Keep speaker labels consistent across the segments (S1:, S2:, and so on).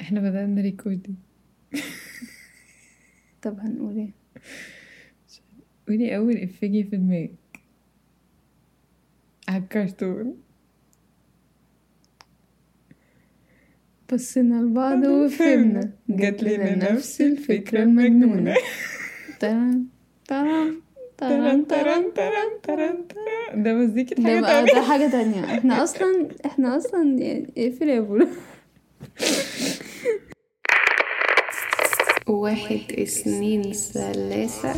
S1: احنا بدأنا ريكوردينج
S2: طب هنقول ايه
S1: قولي أول إفيه جه في دماغك على الكرتون
S2: بصينا لبعض وفهمنا
S1: جات لنا نفس الفكرة المجنونة
S2: المجنونة تمام تمام
S1: تران
S2: تمام
S1: تران
S2: تمام
S1: تران تران تران. ده مزيكة حاجة
S2: ده بقى
S1: تانية
S2: ده حاجة تانية احنا اصلا احنا اصلا يعني اقفل يا بولا واحد اثنين ثلاثة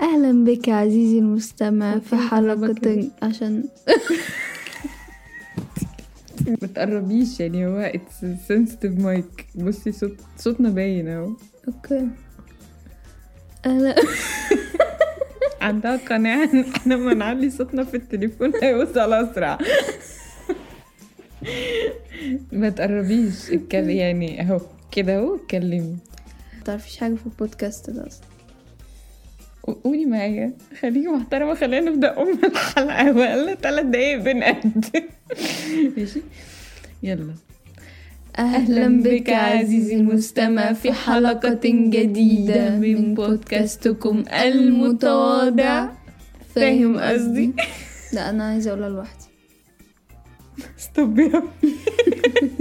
S2: أهلا بك عزيزي المستمع في
S1: حلقة
S2: حلقة عشان
S1: ما تقربيش يعني هو اتس sensitive مايك بصي صوت صوتنا باين اهو
S2: اوكي أهلا
S1: عندها قناعة ان احنا لما نعلي صوتنا في التليفون هيوصل اسرع ما تقربيش اتكلم يعني اهو كده اهو اتكلمي
S2: متعرفيش حاجة في البودكاست ده أصلا
S1: قولي معايا خليكي محترمة خلينا نبدأ أم الحلقة بقالنا تلات دقايق بنقدم ماشي يلا
S2: أهلا بك عزيزي المستمع في حلقة جديدة من بودكاستكم المتواضع فاهم قصدي؟ لا أنا عايزة أقولها لوحدي
S1: ستوب يا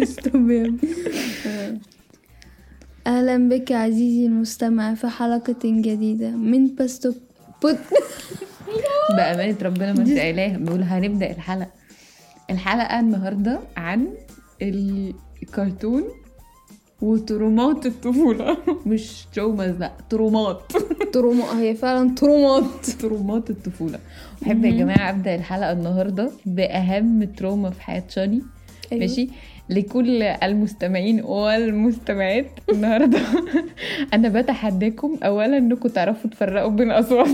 S2: استوب يا ابني. أهلا بك عزيزي المستمع في حلقة جديدة من باستوك بود...
S1: بأمانة ربنا ما انت قايلاه بقول هنبدأ الحلقة الحلقة النهاردة عن الكرتون وترومات الطفولة مش تروماز لا ترومات
S2: تروما هي فعلا ترومات
S1: ترومات الطفولة أحب يا جماعة أبدأ الحلقة النهاردة بأهم تروما في حياة شاني
S2: أيوة.
S1: ماشي لكل المستمعين والمستمعات النهارده انا بتحداكم اولا انكم تعرفوا تفرقوا بين اصوات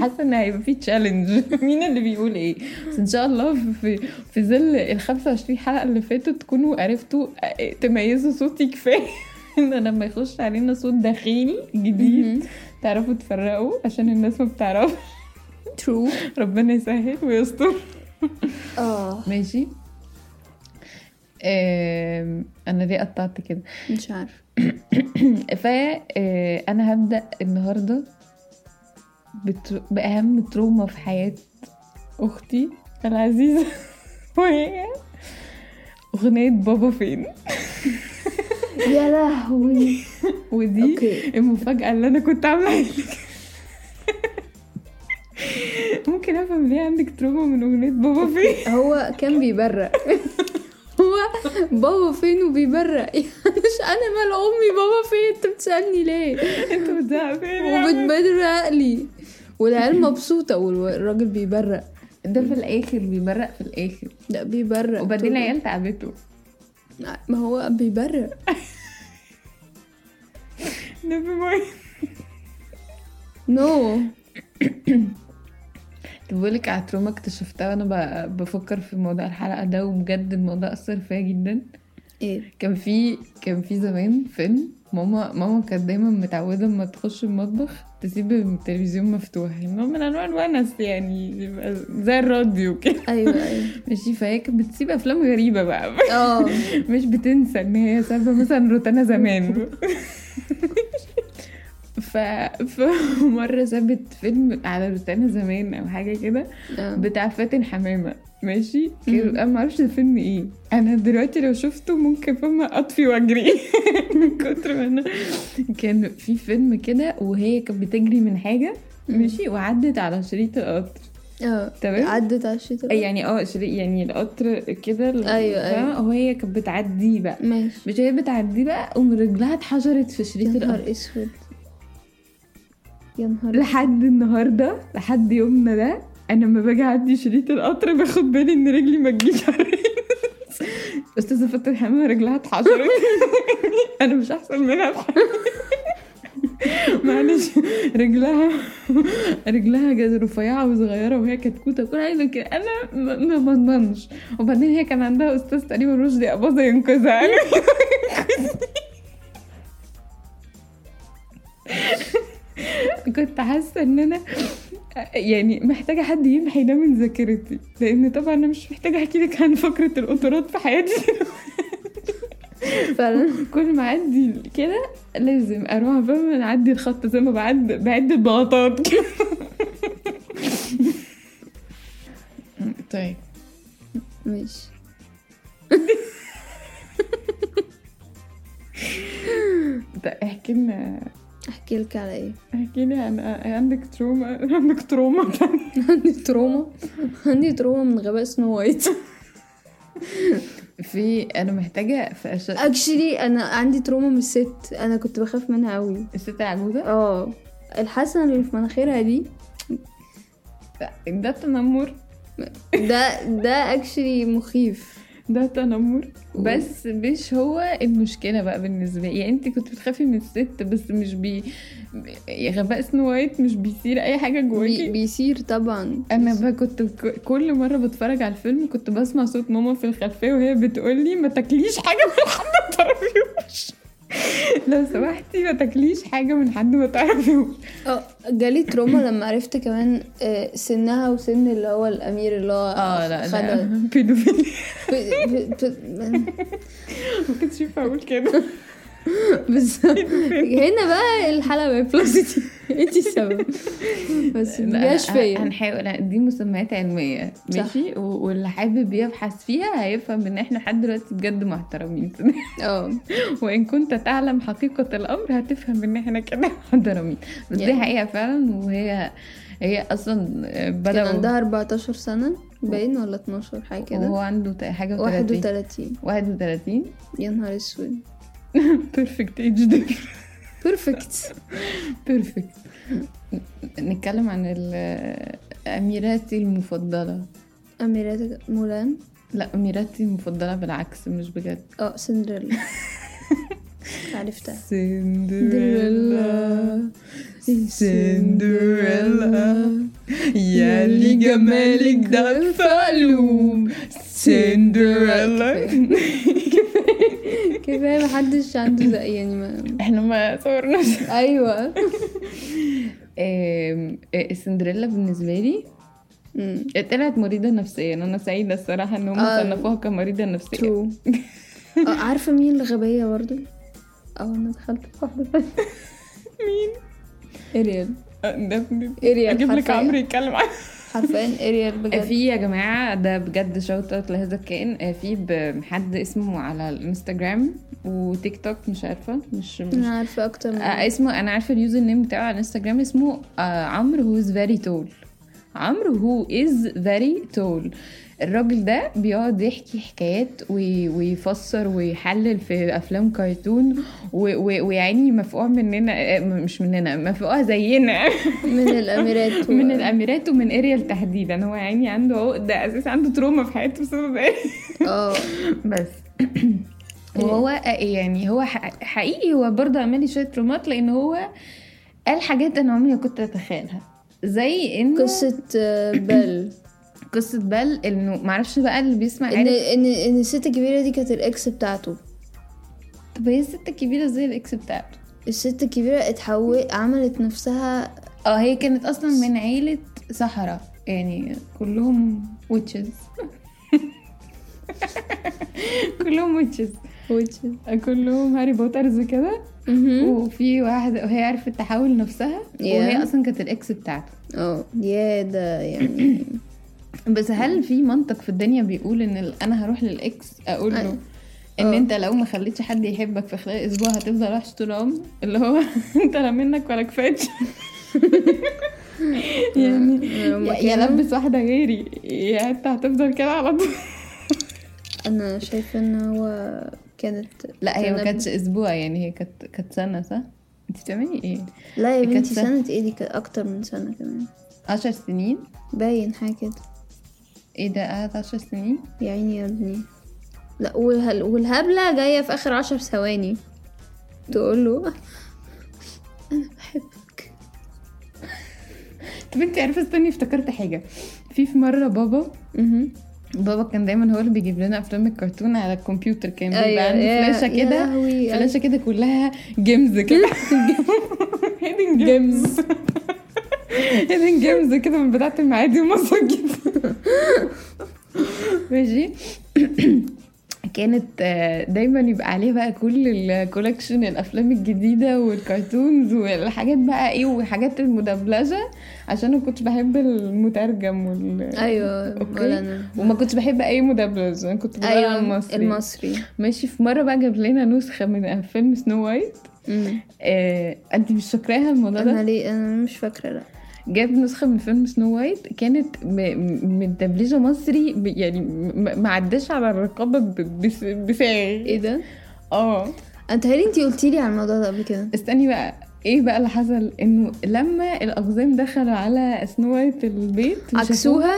S1: حاسه ان هيبقى في تشالنج مين اللي بيقول ايه بس ان شاء الله في في ظل ال 25 حلقه اللي فاتوا تكونوا عرفتوا آه، تميزوا صوتي كفايه ان أنا لما يخش علينا صوت دخيل
S2: مهم.
S1: جديد تعرفوا تفرقوا عشان الناس ما بتعرفش
S2: ترو
S1: ربنا يسهل ويستر
S2: اه
S1: ماشي آم، انا ليه قطعت كده
S2: مش عارفة
S1: فانا هبدا النهارده بتر... باهم تروما في حياه اختي العزيزه وهي اغنيه بابا فين
S2: يا لهوي
S1: ودي
S2: أوكي.
S1: المفاجاه اللي انا كنت عاملاها لك. ممكن افهم ليه عندك تروما من اغنيه بابا فين
S2: هو كان بيبرق هو بابا فين وبيبرق يعني مش انا مال امي بابا فين انت بتسالني ليه
S1: انت بتزعق فين يا عم؟
S2: وبتبرق لي والعيال مبسوطه والراجل بيبرق
S1: ده في الاخر بيبرق في الاخر
S2: لا بيبرق
S1: وبعدين
S2: طول-
S1: العيال تعبته
S2: ما هو بيبرق
S1: نبي ماي
S2: نو
S1: بقولك على تروما اكتشفتها وانا ب- بفكر في موضوع الحلقه ده وبجد الموضوع اثر فيا جدا
S2: ايه
S1: كان في كان في زمان فيلم ماما ماما كانت دايما متعوده اما تخش المطبخ تسيب التلفزيون مفتوح نوع من انواع الونس يعني يبقى زي الراديو كده
S2: ايوه ايوه
S1: ماشي فهي كانت بتسيب افلام غريبه بقى
S2: اه
S1: مش بتنسى ان هي سابه مثلا روتانا زمان ف... فمره سابت فيلم على روتانا زمان او حاجه كده
S2: آه.
S1: بتاع فاتن حمامه ماشي
S2: مم.
S1: كان- انا ما اعرفش الفيلم ايه انا دلوقتي لو شفته ممكن فما اطفي واجري من كتر ما انا كان في فيلم كده وهي كانت بتجري من حاجه
S2: مم.
S1: ماشي وعدت على شريط القطر
S2: اه
S1: تمام.
S2: عدت على الشتاء
S1: يعني اه شريط يعني القطر كده
S2: أيوة،
S1: فاهمة؟ وهي كانت بتعديه بقى
S2: ماشي
S1: مش هي بتعدي بقى قوم رجلها اتحشرت في
S2: يا
S1: شريط الارض
S2: نهار اسود يا نهار
S1: لحد النهارده لحد يومنا ده انا لما باجي اعدي شريط القطر باخد بالي ان رجلي ما تجيش على الرصيف. استاذه فاتن حمامه رجلها اتحشرت انا مش احسن منها في حاجة. معلش رجلها رجلها كانت رفيعه وصغيره وهي كتكوته وكل عايزه كده انا ما- ما بضمنش وبعدين هي كان عندها استاذ تقريبا رشدي اباظه ينقذها أنا- كنت حاسه ان انا يعني محتاجه حد يمحي ده من ذاكرتي لان طبعا انا مش محتاجه احكي لك عن فقره القطارات في حياتي
S2: فعلا
S1: كل ما اعدي كده لازم اروح فاهمه اعدي الخط زي ما بعد بعد البلاطات كده. طيب
S2: ماشي
S1: ده احكي لنا
S2: احكي لك على ايه
S1: احكي لي عن عندك تروما عندك تروما
S2: عندي تروما عندي تروما من غباء سنو وايت
S1: في انا محتاجه في أش...
S2: اكشلي انا عندي تروما من الست انا كنت بخاف منها قوي
S1: الست العجوزه
S2: اه الحسنه اللي في مناخيرها دي
S1: ده تنمر
S2: ده ده اكشلي مخيف
S1: ده تنمر بس مش هو المشكله بقى بالنسبه لي يعني انت كنت بتخافي من الست بس مش بي يا غباء سنو وايت مش بيصير اي حاجه
S2: بي
S1: جواكي
S2: بيصير طبعا
S1: انا بقى كنت ك- كل مره بتفرج على الفيلم كنت بسمع صوت ماما في الخلفيه وهي بتقول لي ما تاكليش حاجه من حد ما تعرفيهوش لو سمحتي ما تاكليش حاجه من حد ما تعرفيهوش
S2: اه جالي تروما لما عرفت كمان آه، سنها وسن اللي هو الامير اللي هو
S1: آه،
S2: خلع.
S1: بيدوفيليا
S2: ب- ب- ب-
S1: ما كنتش ينفع اقول كده
S2: بالظبط هنا بقى الحلقه بلس انت السبب بس
S1: لا،
S2: مجاش
S1: أنا-
S2: فيا
S1: هنحاول لا، دي مسميات علميه
S2: صح.
S1: ماشي و- واللي حابب يبحث فيها هيفهم ان احنا لحد دلوقتي بجد محترمين
S2: اه
S1: وان كنت تعلم حقيقه الامر هتفهم ان احنا كده محترمين بس دي
S2: يعني.
S1: حقيقه فعلا وهي هي اصلا
S2: كان
S1: بدأوا
S2: عندها 14 سنة باين ولا 12 حاجة
S1: وهو
S2: كده
S1: عنده ت- حاجه و30
S2: 31
S1: 31
S2: يا نهار اسود
S1: بيرفكت ايج دي
S2: بيرفكت
S1: بيرفكت نتكلم عن ال- اميراتي المفضله
S2: أميرات مولان
S1: لا اميراتي المفضله بالعكس مش بجد
S2: اه سندريلا عرفتها
S1: سندريلا سندريلا يا اللي جمالك ده فالوم سندريلا
S2: كفاية محدش عنده زق يعني ما
S1: احنا ما صورناش
S2: أيوة
S1: آم، آه، سندريلا بالنسبه لي
S2: مم.
S1: طلعت مريضه نفسيا انا سعيده الصراحه ان هم
S2: آه.
S1: صنفوها كمريضه نفسيه
S2: true اه عارفة مين الغبية برضه؟ اه أنا دخلت في واحدة
S1: مين
S2: إريال
S1: آه، ده ابني.
S2: إريال
S1: اجيب لك
S2: حرفياً.
S1: عمرو يتكلم عنه
S2: حرفيا إريال بجد
S1: في يا جماعه ده بجد شوت اوت لهذا الكائن آه، في ب- حد اسمه على الانستجرام وتيك توك مش عارفه مش مش
S2: أنا عارفة أكتر من
S1: آه، اسمه انا عارفه اليوزر نيم بتاعه على انستجرام اسمه آه، عمرو هو از فيري تول عمرو هو از فيري تول الراجل ده بيقعد يحكي حكايات وي- ويفسر ويحلل في افلام كرتون و- و- ويعني مفقوع مننا آه، م- مش مننا مفقوع زينا
S2: من الأميرات
S1: من الاميرات ومن اريال تحديدا هو يعني عنده عقده اساس عنده تروما في حياته بسبب ايه
S2: اه
S1: بس وهو يعني هو ح- حقيقي هو برضه عمل لي شويه ترومات لان هو قال حاجات انا عمري ما كنت اتخيلها زي ان
S2: قصة آه، بل
S1: قصه بل انه معرفش بقى اللي بيسمع
S2: ان
S1: عارف
S2: ان ان الست الكبيرة دي كانت الاكس بتاعته
S1: طب هي الست الكبيره زي الاكس بتاعته
S2: الست الكبيرة اتحول عملت نفسها
S1: اه هي كانت اصلا من عيله سحرة يعني كلهم ويتشز كلهم ويتشز كلهم هاري بوترز كده
S2: مهم.
S1: وفي واحده وهي عرفت تحول نفسها وهي
S2: Yeah.
S1: اصلا كانت الاكس بتاعته
S2: اه يا ده يعني
S1: بس هل في منطق في الدنيا بيقول ان ال- انا هروح للاكس اقول له
S2: أيوة.
S1: ان
S2: آه.
S1: انت لو ما خليتش حد يحبك في خلال اسبوع هتفضل وحش طول العمر اللي هو انت لا منك ولا كفايه يعني
S2: لما
S1: يا- يا
S2: كده-
S1: لبس واحده غيري يا انت هتفضل كده على طول
S2: انا شايفة ان هو كانت
S1: لا هي ما
S2: كان-
S1: كانتش اسبوع يعني هي كانت كانت سنه صح؟ انت بتعملي ايه؟
S2: لا يا
S1: كانت
S2: بنتي
S1: سنة.
S2: سنة ايه دي كانت اكتر من سنة كمان
S1: 10 سنين
S2: باين حاجة كده
S1: ايه ده قعدت 10 سنين؟
S2: يا عيني يا ابني لا والهل والهبلة جاية في اخر عشر ثواني تقول له انا بحبك
S1: طب انت عارفه استني افتكرت حاجه في في مره بابا
S2: مهم.
S1: بابا كان دايما هو اللي بيجيب لنا افلام الكرتون على الكمبيوتر كان بيبقى
S2: أيوة،
S1: عنده
S2: يا-
S1: فلاشه
S2: يا
S1: كده
S2: لهوي،
S1: فلاشه كده كلها جيمز كده هيدن جيمز هيدن جيمز كده من بتاعة المعادي ومصر جدا ماشي كانت آه، دايما يبقى عليه بقى كل الكولكشن الافلام الجديده والكرتونز والحاجات بقى ايه وحاجات المدبلجه عشان انا كنتش بحب المترجم وال
S2: ايوه
S1: أوكي.
S2: ولا انا
S1: وما كنتش بحب اي مدبلج انا كنت بقرا
S2: ايوه
S1: أيوة المصري
S2: المصري
S1: ماشي في مره بقى جاب لنا نسخه من فيلم سنو وايت
S2: مم.
S1: آه، انت مش فاكراها الموضوع ده
S2: انا ليه انا مش فاكره لا
S1: جاب نسخة من فيلم سنو وايت كانت م- م- متدبلجة مصري ب- يعني م- ما عداش على الرقابة ب- بس- بساعي
S2: ايه ده
S1: اه
S2: انت هل انتي قلتي لي على الموضوع ده قبل كده
S1: استني بقى ايه بقى اللي حصل انه لما الاقزام دخلوا على سنو وايت البيت وشافوها،
S2: عكسوها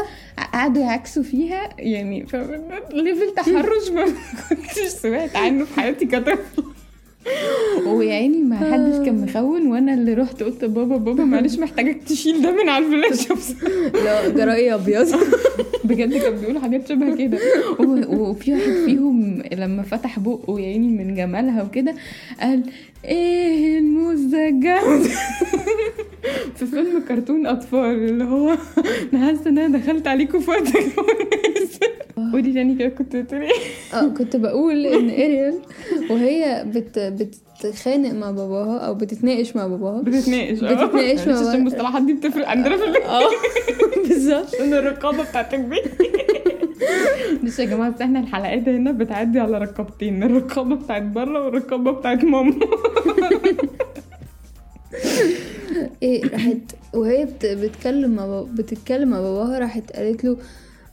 S1: قعدوا يعكسوا فيها يعني فاهمة؟ ليفل تحرش ما كنتش سمعت عنه في حياتي كطفل ويا عيني ما حدش كان مخون وانا اللي رحت قلت بابا بابا معلش محتاجك تشيل ده من على الفلاشه بس
S2: لا جرايه ابيض
S1: بجد كان بيقول حاجات شبه كده و- وفي واحد فيهم لما فتح بقه يا عيني من جمالها وكده قال ايه الموز ده الجامد في فيلم كرتون اطفال اللي هو انا حاسه ان انا دخلت عليكم في وقت كويس. قولي تاني كده كنت بتقولي إيه؟
S2: اه كنت بقول ان اريال وهي بت بتتخانق مع باباها او بتتناقش مع باباها
S1: بتتناقش آه.
S2: بتتناقش
S1: معلش
S2: مع
S1: عشان
S2: بعض.
S1: المصطلحات دي بتفرق عندنا في البيت
S2: اه بالظبط
S1: عشان الرقابه بتاعت البيت بس يا جماعه بس احنا الحلقات هنا بتعدي على رقبتين الرقابه بتاعت بره والرقابه بتاعت ماما
S2: ايه راحت وهي بت... بتكلم مع بابا... بتتكلم مع باباها راحت قالت له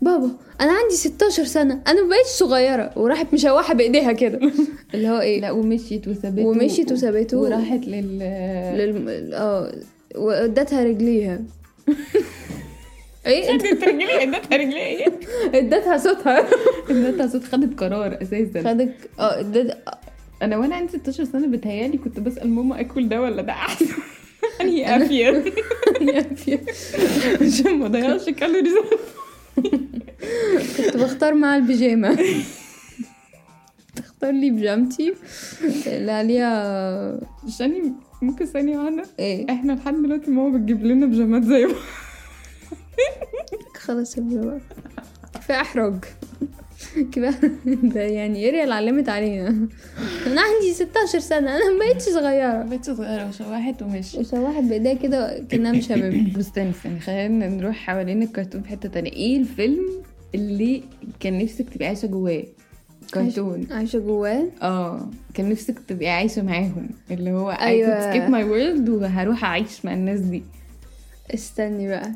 S2: بابا انا عندي 16 سنه انا ما بقتش صغيره وراحت مشوحه بايديها كده اللي هو ايه
S1: لا ومشيت وسابته
S2: ومشيت وسابته
S1: وراحت لل
S2: لل... اه وادتها رجليها ايه
S1: ادت رجليها ادت رجليها
S2: ادتها صوتها
S1: ادتها صوت خدت قرار اساسا
S2: خدك اه ادت
S1: انا وانا عندي 16 سنه بتهيالي كنت بسال ماما اكل ده ولا ده احسن انهي افيد عشان ما اضيعش كالوريز
S2: كنت بختار مع البيجامه تختار لي بيجامتي آه، اللي عليها
S1: عشان ممكن ثانيه واحده
S2: ايه
S1: احنا لحد دلوقتي ماما بتجيب لنا بيجامات زي بعض.
S2: خلاص يا بابا كفايه احرج كفايه ده يعني اريا اللي علمت علينا انا عندي 16 سنه انا ما بقتش صغيره
S1: بنت صغيره وشوحت ومشيت
S2: وشوحت بايديها كده كانها مشممه
S1: بس استني استني خلينا نروح حوالين الكرتون في حته تانية ايه الفيلم اللي كان نفسك تبقي عايشه جواه كرتون
S2: عايشه جواه
S1: اه كان نفسك تبقي عايشه معاهم اللي هو ايوه I
S2: أيوة.
S1: could skip my world وهروح اعيش مع الناس دي
S2: استني بقى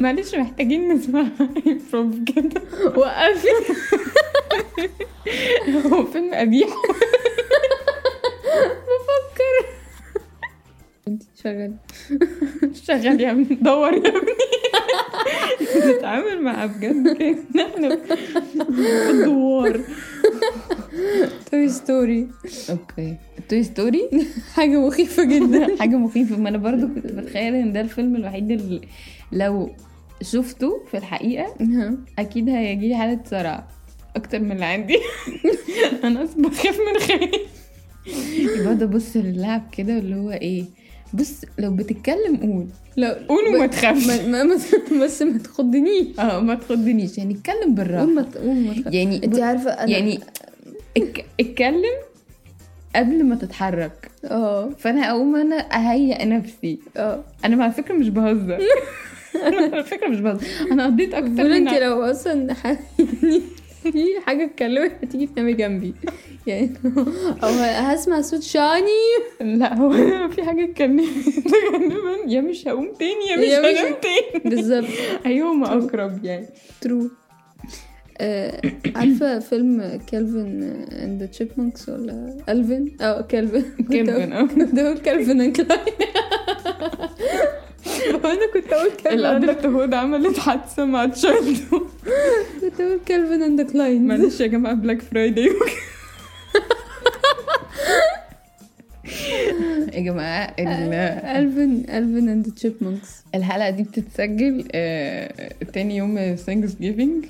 S1: معلش محتاجين نسمع بروب كده
S2: وقفي
S1: هو فيلم قبيح
S2: شغل
S1: شغال يا ابني دور يا ابني نتعامل مع بجد كان احنا في الدوار
S2: توي ستوري
S1: اوكي توي ستوري
S2: حاجه مخيفه جدا
S1: حاجه مخيفه ما انا برضو كنت بتخيل ان ده الفيلم الوحيد اللي لو شفته في الحقيقه
S2: نعم.
S1: اكيد هيجي لي حاله صرع اكتر من اللي عندي انا اصلا بخاف من خيالي بقعد ابص للعب كده اللي هو ايه بص لو بتتكلم قول
S2: لا
S1: قول وما تخافش
S2: ما ما ما- بس ما تخضنيش
S1: اه ما تخضنيش يعني اتكلم
S2: قول
S1: بالراحه
S2: ما ت- قول ما تخافش
S1: يعني
S2: انت عارفه انا
S1: يعني اتك- اتكلم قبل ما تتحرك
S2: اه
S1: فانا اقوم انا اهيئ نفسي
S2: اه
S1: انا على فكره مش بهزر انا على فكره مش بهزر انا قضيت اكتر
S2: بقول
S1: من
S2: انت لو اصلا ح- يعني في حاجه اتكلمت هتيجي تنامي جنبي يعني او هسمع صوت شاني
S1: لا هو في حاجه اتكلمت تقريبا يا مش هقوم تاني يا
S2: يا
S1: مش
S2: مش-
S1: هنام تاني
S2: بالظبط
S1: ايهما اقرب يعني
S2: ترو آه، عارفه فيلم كالفن اند تشيبمانكس ولا الفن اه كالفن
S1: كلبن اه
S2: ده كالفن اند كلاين وانا كنت اقول كالفن
S1: الأدلة هود عملت حادثة مع تشايلدو
S2: كنت اقول كالفن اند كلاين
S1: معلش يا جماعة بلاك فرايداي يا جماعة
S2: آه،
S1: ال-
S2: الفن الفن اند تشيبمانكس
S1: الحلقة دي بتتسجل آه، تاني يوم ثانكس جيفينج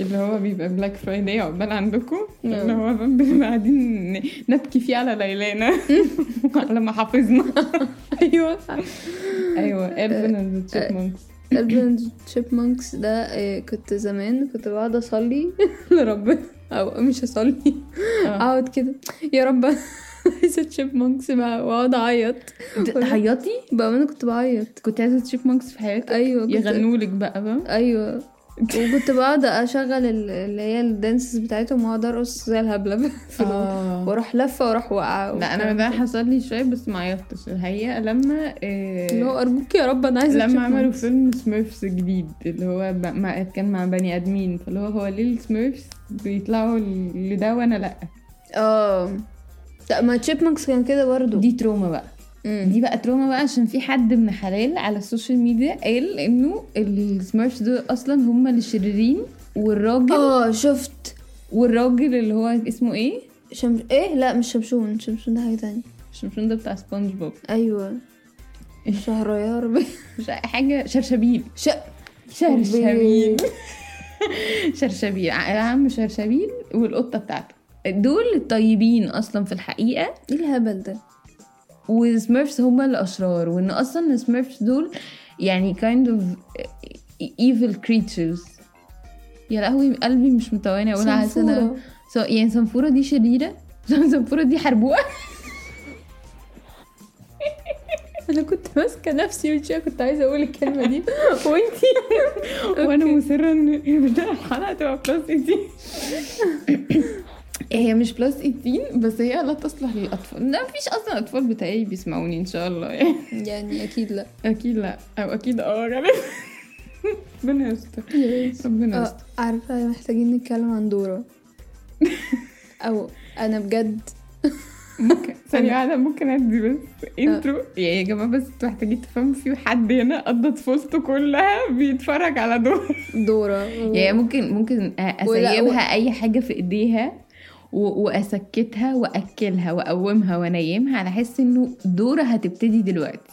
S1: اللي هو بيبقى بلاك فرايداي عقبال عندكم
S2: نعم.
S1: اللي هو بنبقى قاعدين ن- نبكي فيه على ليلانا على ما حافظنا
S2: ايوه
S1: ايوه الفن اند تشيبمنكس
S2: البن تشيبمانكس ده آه، كنت زمان كنت بقعد اصلي لربنا او مش اصلي
S1: آه.
S2: اقعد كده يا رب أنا عايزه تشيبمانكس بقى واقعد اعيط
S1: حياتي
S2: بقى انا كنت بعيط
S1: كنت عايزه تشيبمنكس في حياتك
S2: ايوه كنت-
S1: يغنولك بقى بقى
S2: ايوه وكنت بقعد اشغل ال- اللي هي الدانسز بتاعتهم واقعد ارقص زي الهبله في الأوضة.
S1: آه.
S2: واروح لفه واروح واقعه
S1: لا انا ده حصل لي شويه بس ما عيطتش الحقيقه لما آه،
S2: اللي هو ارجوك يا رب انا عايزه
S1: لما عملوا
S2: chipmunks.
S1: فيلم سميرفز جديد اللي هو ب- ما كان مع بني ادمين فاللي هو هو ليه السميرفز بيطلعوا لده وانا لا
S2: اه لا ما تشيبمانكس كان كده برضه
S1: دي تروما بقى دي بقى تروما بقى عشان في حد من حلال على السوشيال ميديا قال انه السميرفز دول اصلا هم اللي شريرين والراجل
S2: اه شفت
S1: والراجل اللي هو اسمه ايه
S2: شمش ايه لا مش شمشون شمشون ده حاجه تانية
S1: شمشون ده بتاع سبونج بوب
S2: ايوه شهريار بي
S1: مش عارفة، حاجه شرشبيل
S2: ش...
S1: شرشبيل شرشبيل عم شرشبيل والقطه بتاعته دول الطيبين اصلا في الحقيقه
S2: ايه الهبل ده
S1: وسميرفز هما الاشرار وان اصلا السميرفز دول يعني kind of evil creatures يا لهوي قلبي مش متواني اقول على سنة
S2: صنفورة.
S1: so, يعني صنفوره دي شريره صنفوره دي حربوقه
S2: انا كنت ماسكه نفسي من شويه كنت عايزه اقول الكلمه دي وانتي
S1: وانا مصره ان بدايه الحلقه تبقى بلس 18 هي مش بلس 18 بس هي لا تصلح للاطفال لا مفيش اصلا اطفال بتاعي بيسمعوني ان شاء الله يعني
S2: يعني اكيد لا
S1: اكيد لا او اكيد اه غالبا ربنا يستر ربنا يستر
S2: اه عارفه محتاجين نتكلم عن دورة او انا بجد
S1: ممكن ثانية واحدة ممكن ادي بس انترو يعني يا جماعة بس انتوا محتاجين تفهموا في حد هنا قضى طفولته كلها بيتفرج على دول
S2: دورة
S1: يعني ممكن ممكن
S2: ولا-
S1: اسيبها اي حاجة في ايديها و- واسكتها واكلها واقومها وانيمها على حس انه دورة هتبتدي دلوقتي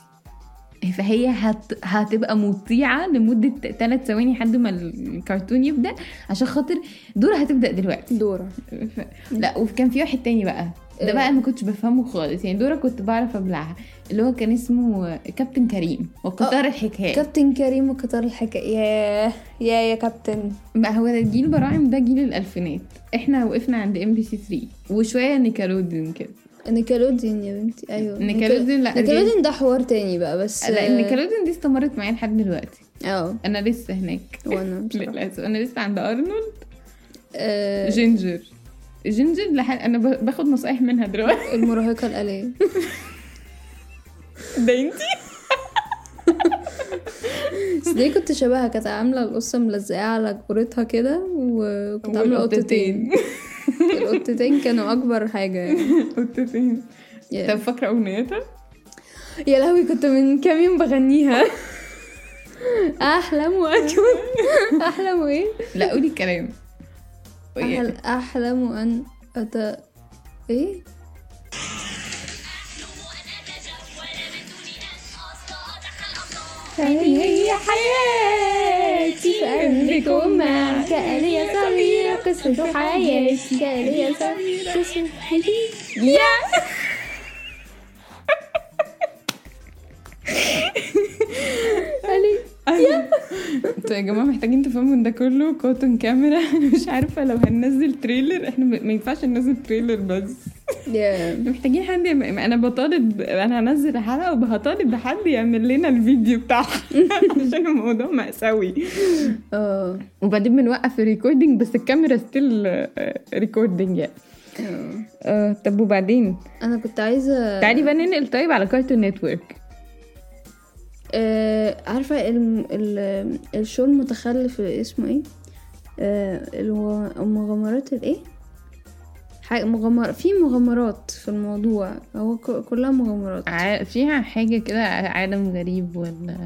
S1: فهي هت... هتبقى مطيعة لمدة ثلاث ثواني لحد ما الكرتون يبدأ عشان خاطر دورة هتبدأ دلوقتي
S2: دورة
S1: ف... لا وكان في واحد تاني بقى ده بقى ما كنتش بفهمه خالص يعني دورة كنت بعرف ابلعها اللي هو كان اسمه كابتن كريم وقطار الحكاية
S2: كابتن كريم وقطار الحكاية ياه يا يا كابتن
S1: ما هو ده جيل براعم ده جيل الالفينات احنا وقفنا عند ام بي سي 3 وشوية نيكلوديون كده
S2: نيكلوديون يا بنتي ايوه
S1: نيكلوديون لا
S2: نيكلوديون ده حوار تاني بقى بس
S1: لا نيكلوديون دي استمرت معايا لحد دلوقتي
S2: اه
S1: انا لسه هناك
S2: وانا بصراحة.
S1: للاسف انا لسه عند ارنولد
S2: آه،
S1: جينجر جينجر لحد انا ب- باخد نصايح منها دلوقتي
S2: المراهقة الآلية
S1: ده انتي
S2: بس دي كنت شبهها كانت عاملة القصة ملزقة على جورتها كده وكنت عاملة قطتين القطتين كانوا أكبر حاجة يعني
S1: قطتين
S2: يا-
S1: طب فاكرة اغنيتها؟
S2: يا لهوي كنت من كام يوم بغنيها أحلم وأكون أحلم إيه؟
S1: لا قولي الكلام يعني
S2: أحل... أحلم أن أت إيه؟
S1: هذه هي حياتي
S2: قلبكم معك آلية صغيرة قصة حياتي كآلية صغيرة قصة حياتي
S1: يا
S2: آلية
S1: انتوا يا جماعه محتاجين تفهموا ان ده كله كوتون كاميرا انا مش عارفه لو هننزل تريلر احنا ما ما ينفعش ننزل تريلر بس
S2: يا
S1: محتاجين حد يعمل- انا بطالب انا هنزل حلقه وبطالب بحد يعمل لنا الفيديو بتاعها عشان الموضوع مأساوي
S2: اه
S1: وبعدين بنوقف الريكوردنج بس الكاميرا ستيل ريكوردنج يعني
S2: آه.
S1: آه، طب وبعدين
S2: انا كنت عايزه
S1: تعالي بقى ننقل طيب على كارتون نتورك
S2: آه عارفه الم... ال... الشو المتخلف اسمه ايه آه الو- المغامرات الايه حاجة مغامرة في مغامرات في الموضوع هو ك... كلها مغامرات
S1: ع- فيها حاجة كده عالم غريب ولا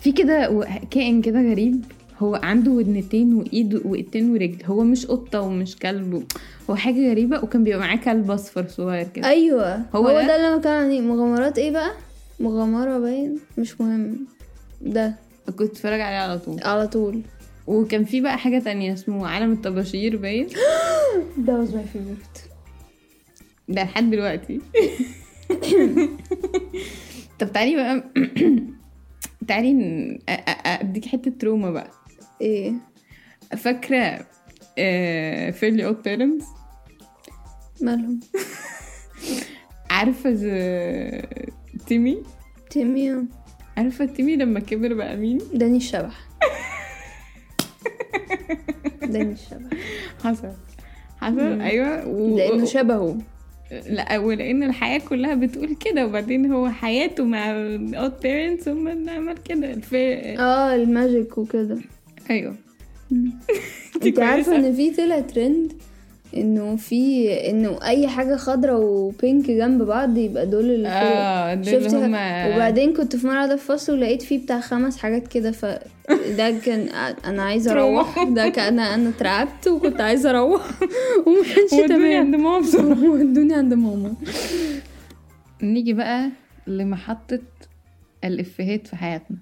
S1: في كده و- كائن كده غريب هو عنده ودنتين وايد وايدتين ورجل هو مش قطة ومش كلب هو حاجة غريبة وكان بيبقى معاه كلب اصفر صغير كده
S2: ايوه هو,
S1: ده؟
S2: ده اللي انا كان عن مغامرات ايه بقى مغامرة باين مش مهم ده
S1: كنت اتفرج عليه على طول
S2: على طول
S1: وكان في بقى حاجه تانية اسمه عالم الطباشير باين
S2: ده واز ماي فيفورت
S1: ده لحد دلوقتي طب تعالي بقى تعالي ن- أ- أ- اديك حته تروما بقى
S2: ايه
S1: فاكره آه، فيرلي اوت بيرنتس
S2: مالهم
S1: عارفه تيمي
S2: تيميا
S1: عارفه تيمي لما كبر بقى مين
S2: داني الشبح داني الشبح
S1: حصل حصل ايوه و...
S2: لانه شبهه
S1: لا ولان الحياه كلها بتقول كده وبعدين هو حياته مع الاوت بيرنتس هم اللي عمل كده في...
S2: اه الماجيك وكده
S1: ايوه دي
S2: انت عارفه
S1: كويسة.
S2: ان في طلع ترند انه في انه اي حاجه خضرا وبينك جنب بعض يبقى دول اللي
S1: اه دول
S2: شفت
S1: اللي هم
S2: وبعدين كنت في مره قاعده في فصل ولقيت فيه بتاع خمس حاجات كده فده كان انا عايزه اروح ده كان انا اترعبت وكنت عايزه اروح وما كانش
S1: ودوني
S2: تمام
S1: عند ماما بسرعة.
S2: ودوني عند ماما
S1: نيجي بقى لمحطة الإفيهات في حياتنا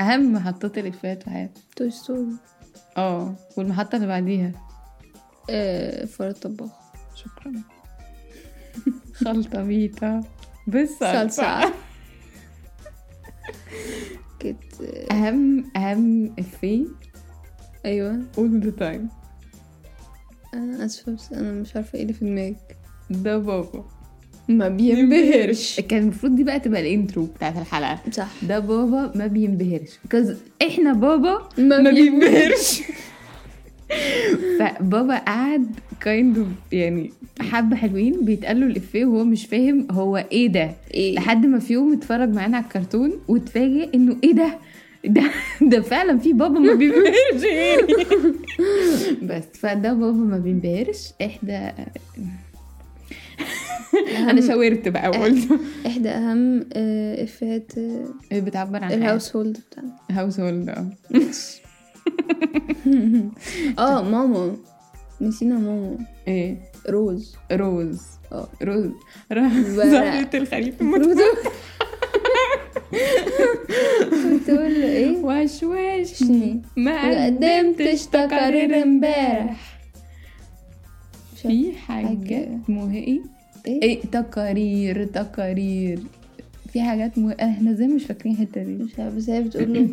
S1: أهم محطات الإفيهات في حياتنا
S2: توي ستوري
S1: اه والمحطة اللي بعديها
S2: آه، فار الطباخ
S1: شكرا خلطة بيتا بالصلصة
S2: صلصه كنت آه،
S1: أهم أهم إفيه
S2: ايوه
S1: all the time
S2: انا اسفه بس انا مش عارفه ايه اللي في دماغك
S1: ده بابا
S2: ما بينبهرش
S1: كان المفروض دي بقى تبقى الانترو بتاعت الحلقة
S2: صح
S1: ده بابا ما بينبهرش because احنا بابا
S2: ما
S1: ما
S2: بينبهرش.
S1: بينبهرش فبابا قعد كايند اوف يعني حبه حلوين بيتقال له الافيه وهو مش فاهم هو ايه ده
S2: ايه
S1: لحد ما في يوم اتفرج معانا على الكرتون واتفاجئ انه ايه ده ده ده فعلا في بابا ما بينبهرش يعني. بس فده بابا ما بينبهرش احدى انا شاورت بقى وقلت
S2: احدى اهم آه، افيهات آه،
S1: ايه بتعبر عن
S2: الهاوس هولد بتاعنا
S1: هاوس هولد
S2: اه ماما نسينا ماما
S1: ايه
S2: روز
S1: روز
S2: اه
S1: روز روز
S2: ورق.
S1: زهرة الخريف
S2: روز بتقول له ايه
S1: وش وش
S2: وشني
S1: ما
S2: ما
S1: قدمتش
S2: قدمتش
S1: تقارير
S2: تقارير
S1: امبارح
S2: امبارح
S1: في حاجة مهي
S2: ايه
S1: ايه تقارير تقارير في حاجات مه... احنا ازاي مش فاكرين الحتة دي
S2: مش عارفه بس هي بتقول له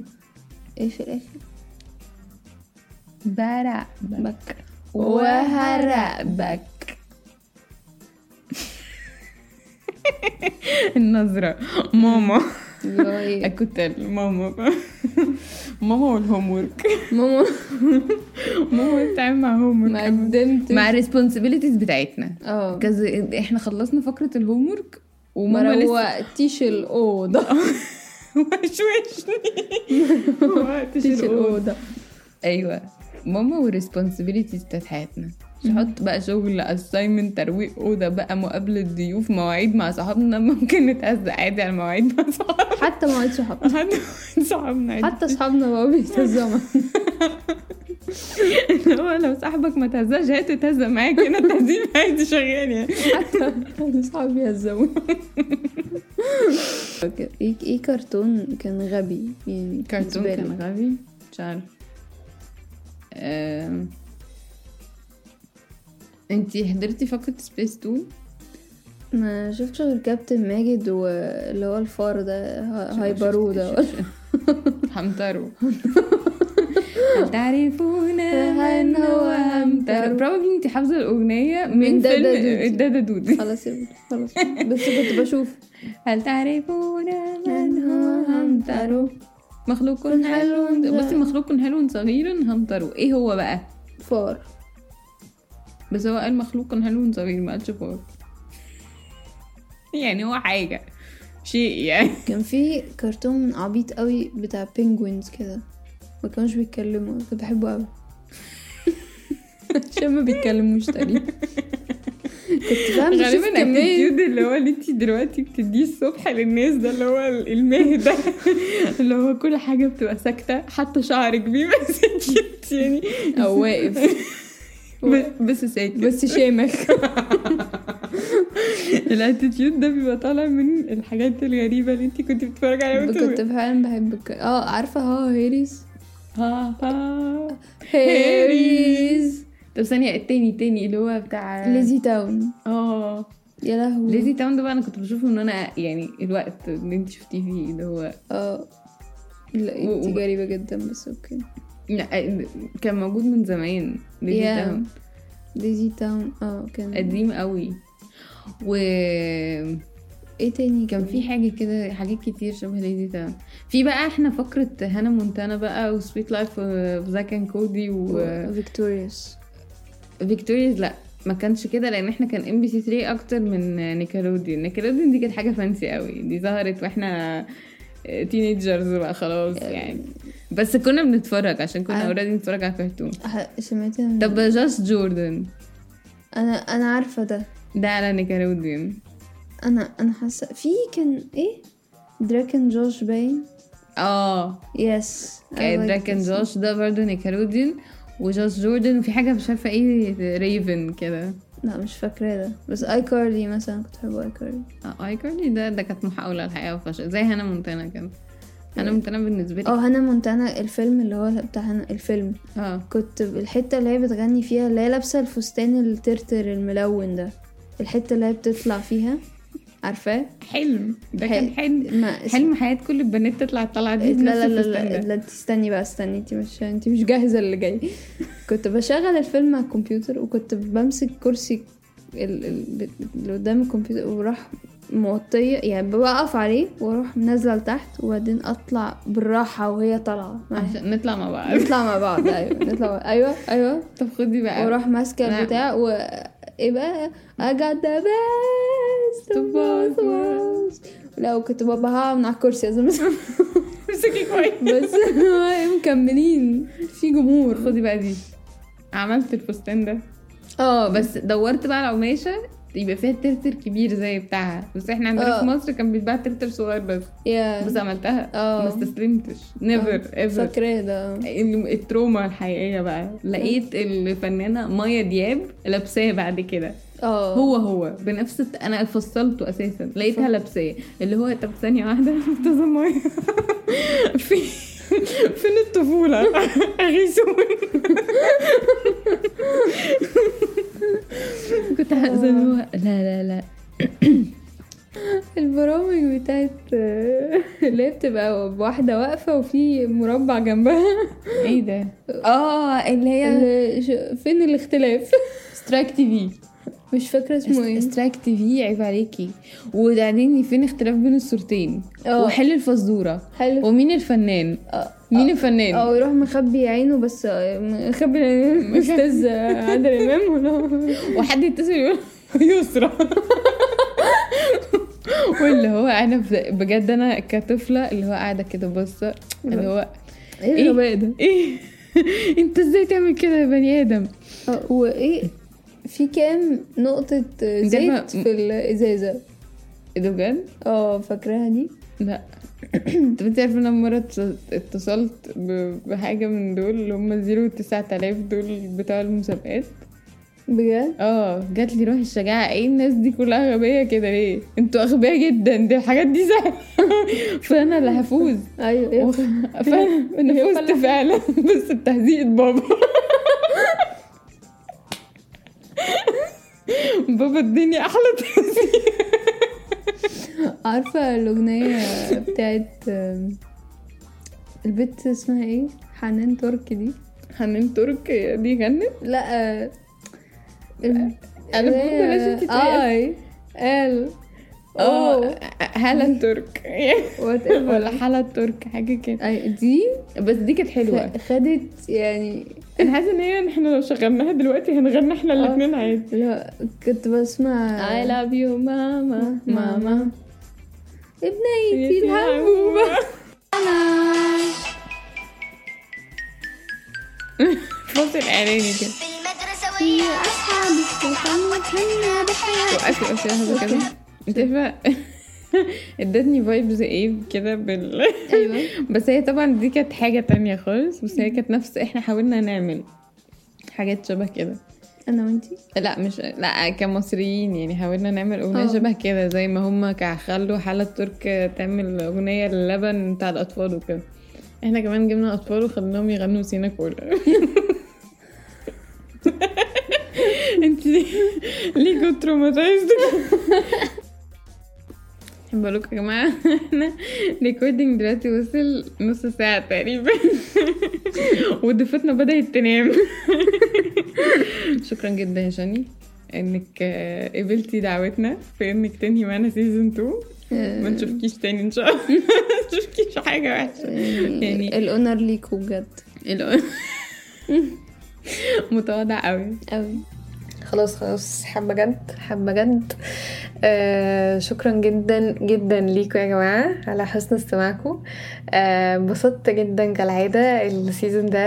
S2: ايه في الاخر
S1: برق
S2: بك
S1: وهرقبك النظرة ماما
S2: ياي.
S1: الكتل ماما ماما والهومورك
S2: ماما
S1: ماما بتعمل مع هومورك
S2: ما قدمتش
S1: مع الريسبونسبيلتيز بتاعتنا
S2: اه
S1: كز احنا خلصنا فقره الهوم ورك وماما
S2: ما
S1: لسه
S2: روقتيش الأوضة
S1: وشوشني
S2: روقتيش الأوضة
S1: ايوه ماما والريسبونسبيلتيز بتاعت حياتنا مش هحط بقى شغل اساينمنت ترويق اوضه بقى مقابله ضيوف مواعيد مع صحابنا ممكن نتهزق عادي على مواعيد مع صحابنا
S2: حتى مواعيد صحابنا
S1: حد صحابنا عادي
S2: حتى صحابنا بقوا بيتهزموا
S1: اللي هو لو صاحبك ما تهزقش هي تتهزق معاك هنا التهزيق عادي شغال يعني
S2: حتى كانوا صحابي يهزموني ايه ايه كرتون كان غبي يعني
S1: كرتون
S2: بالنسبة لي؟
S1: كان غبي مش عارف أم... انتي حضرتي فقرة سبيس تون
S2: ما شفتش غير كابتن ماجد واللي هو الفار ده ه- هايبرو ده
S1: همتروا هل تعرفون
S2: أنه
S1: همتروا
S2: همتروا.
S1: بروبلي انتي حافظة الأغنية من, فيلم
S2: من دادا دودي.
S1: الدادا دودي
S2: خلاص يا بنت، خلاص بس كنت بشوف
S1: هل تعرفون من هو همتروا مخلوق حلو بصي مخلوق حلو صغير همتروا ايه هو بقى
S2: فار
S1: بس هو قال مخلوق حلو صغير ما قالش فار يعني هو حاجة شيء يعني
S2: كان في كرتون عبيط قوي بتاع بينجوينز كده ما كانوش بيتكلموا كنت بحبه قوي عشان ما بيتكلموش تقريبا كنت فاهم بشوف
S1: غالبا
S2: كمية
S1: الاتيتيود اللي هو اللي انت دلوقتي بتديه الصبح للناس ده اللي هو الماهي ده اللي هو كل حاجة بتبقى ساكتة حتى شعرك بيبقى ساكت يعني
S2: او واقف
S1: ب- بس ساكت
S2: بس شامخ
S1: الاتيتيود ده بيبقى طالع من أيوة، الحاجات الغريبة اللي انت كنت بتتفرج عليها وانت
S2: آه، كنت فعلا بحب الك... اه عارفة هوا هيريس
S1: ها ها
S2: هيريز
S1: طب ثانية التاني التاني اللي هو بتاع
S2: ليزي تاون
S1: اه
S2: يا لهوي
S1: ليزي تاون ده بقى انا كنت بشوفه ان انا يعني الوقت اللي انت شفتيه فيه اللي هو
S2: اه لا
S1: و-
S2: انت
S1: و-
S2: غريبة جدا بس اوكي
S1: لا كان موجود من زمان ليزي
S2: Yeah. Mm.
S1: تاون
S2: ليزي تاون اه كان
S1: قديم قوي و إيه
S2: ايه تاني
S1: كان في حاجة كده حاجات كتير شبه ليزي تاون في بقى احنا فقرة هانا مونتانا بقى وسويت لايف وزاك اند كودي و
S2: فيكتوريوس
S1: فيكتوريز لا ما كانش كده لان احنا كان ام بي سي 3 اكتر من نيكلوديون نيكلوديون دي كانت حاجه فانسي قوي دي ظهرت واحنا تينيجرز بقى خلاص يعني بس كنا بنتفرج عشان كنا
S2: آه.
S1: اوريدي بنتفرج على كرتون
S2: سمعت إن-
S1: طب جاست جوردن
S2: انا انا عارفة ده
S1: ده على نيكلوديون
S2: انا انا حاسة في كان ايه دراكن جوش باين
S1: اه
S2: يس
S1: دراكن جوش ده برضه نيكلوديون وجاست جوردن وفي حاجه مش عارفه ايه ريفن كده
S2: لا مش فاكرة ده بس اي كاردي مثلا كنت بحب اي كاردي
S1: اه اي كاردي ده ده كانت محاوله للحياه وفشل زي هانا مونتانا كده هانا مونتانا بالنسبه لي
S2: اه هانا مونتانا الفيلم اللي هو بتاع هانا الفيلم
S1: اه
S2: كنت الحتة اللي هي بتغني فيها اللي هي لابسة الفستان الترتر الملون ده الحتة اللي هي بتطلع فيها عارفاه
S1: حلم ده
S2: حي-
S1: كان حلم
S2: ما اسم-
S1: حلم حياة كل البنات تطلع الطلعة
S2: لا
S1: دي
S2: لا لا
S1: بنفس
S2: لا,
S1: الفستان ده.
S2: لا انت استني بقى استني انت مش انت مش جاهزة اللي جاي كنت بشغل الفيلم على الكمبيوتر وكنت بمسك كرسي ال- ال- اللي قدام الكمبيوتر وراح موطية يعني بوقف عليه واروح نازلة لتحت وبعدين اطلع بالراحة وهي طالعة معايا.
S1: عشان نطلع مع بعض
S2: نطلع مع بعض ايوه نطلع مع... ايوه ايوه
S1: طب خدي بقى
S2: واروح ماسكه
S1: نعم.
S2: البتاع و ايه بقى I got the best of both worlds لا وكنت بابا هعمل على الكرسي لازم
S1: امسكي كويس
S2: بس مكملين في جمهور
S1: خدي بقى دي عملت الفستان ده
S2: اه بس
S1: آه، بس دورت بقى على قماشة يبقى فيها ترتر كبير زي بتاعها بس احنا عندنا
S2: آه.
S1: في مصر كان بيتباع ترتر صغير بس
S2: يا
S1: بس عملتها
S2: آه.
S1: ما استسلمتش نيفر ايفر
S2: فاكراه ده
S1: التروما الحقيقية بقى لقيت الفنانة مايا دياب لابساه بعد كده
S2: اه
S1: هو هو بنفس الت... انا فصلته اساسا لقيتها لابساه اللي هو طب ثانيه واحده مبتسم ميه في فين الطفوله اغيثوني كنت حاسه ان هو لا لا لا
S2: البرامج بتاعت اللي هي بتبقى واحدة واقفة وفي مربع جنبها
S1: ايه ده اه اللي
S2: اللي ش- فين الاختلاف
S1: سترايك تي في
S2: مش فاكرة اسمه ايه
S1: سترايك تي في عيب عليكي وبعدين فين اختلاف بين الصورتين
S2: آه.
S1: وحل الفزوره
S2: حلو
S1: ومين الفنان
S2: آه.
S1: مين الفنان
S2: او يروح مخبي عينه بس مخبي عينه استاذ عادل امام ولا
S1: وحد يتصل يقول يسرى واللي هو انا ب- بجد انا كطفله اللي هو قاعده كده باصه اللي هو
S2: ايه الغباء ده
S1: ايه انت ازاي تعمل كده يا بني ادم
S2: آه، وايه في كام نقطة زيت
S1: عارفة-
S2: في الازازة
S1: ايه ده بجد
S2: اه فاكراها دي
S1: لا طب انت عارفه ان انا مره اتص- اتصلت ب- بحاجه من دول اللي هم 0 9000 دول بتوع المسابقات
S2: بجد
S1: اه جات لي روح الشجاعه ايه الناس دي كلها غبيه كده ليه انتوا اغبياء جدا دي الحاجات دي سهله فانا اللي هفوز
S2: ايوه ايه
S1: وخ- فانا أنا فزت فعلا بس بتهزيقة بابا بابا اديني احلى تهزيق
S2: عارفة الأغنية بتاعت آم، البت اسمها ايه حنان تركي دي
S1: حنان ترك دي غنت
S2: لا آه، ال-
S1: أنا
S2: اللي
S1: برضه
S2: هي
S1: لازم تتقال.
S2: اي ال
S1: اه
S2: او
S1: هالة الترك
S2: وات
S1: ولا حلا الترك حاجه كده
S2: دي
S1: بس دي كانت حلوه
S2: ف- خدت يعني
S1: انا حاسه ان هي احنا لو شغلناها دلوقتي هنغني احنا الاثنين عادي
S2: لا كنت بسمع
S1: آه. I love you ماما ماما
S2: ابنيتي الحبوبة
S1: فصل اعلاني كده
S3: في المدرسة ويا أصحابي فرحان وكنا بحياتي
S1: وقفي وقفي لحظة كده انت عارفة ادتني فايبز ايه كده بال
S2: ايوه
S1: بس هي طبعا دي كانت حاجة تانية خالص بس هي كانت نفس احنا حاولنا نعمل حاجات شبه كده
S2: انا وانتي
S1: لا مش لا كمصريين يعني حاولنا نعمل اغنيه
S2: اه.
S1: شبه كده زي ما هم كخلوا حاله الترك تعمل اغنيه للبن بتاع الاطفال وكده احنا كمان جبنا اطفال وخليناهم يغنوا سينا كولا انت ليه ليه كنت تروماتايزد احب اقول لكم يا جماعه احنا ريكوردنج دلوقتي وصل نص ساعه تقريبا وضيفتنا بدات تنام شكرا جدا يا شاني انك آه، قبلتي دعوتنا في انك تنهي معانا سيزون 2
S2: آه.
S1: ما نشوفكيش تاني ان شاء الله ما نشوفكيش حاجه وحشه
S2: آه.
S1: يعني-
S4: يعني الاونر ليكوا بجد
S1: ال- متواضع قوي
S4: قوي
S2: خلاص خلاص حابه جد حابه جد آه شكرا جدا جدا ليكوا يا جماعه على حسن استماعكم آه، انبسطت جدا كالعاده السيزون ده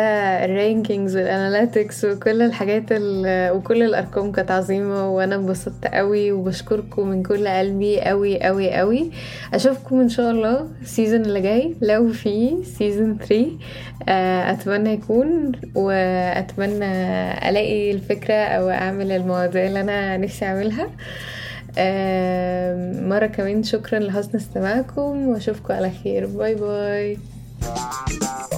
S2: الرانكينجز والاناليتكس وكل الحاجات ال- وكل الارقام كانت عظيمه وانا انبسطت قوي وبشكركم من كل قلبي قوي قوي قوي اشوفكم ان شاء الله السيزون اللي جاي لو في سيزون 3 آه، اتمنى يكون واتمنى الاقي الفكره او اعمل المواضيع اللي انا نفسي آه، اعملها آم، مره كمان شكرا لحسن استماعكم واشوفكم على خير باي باي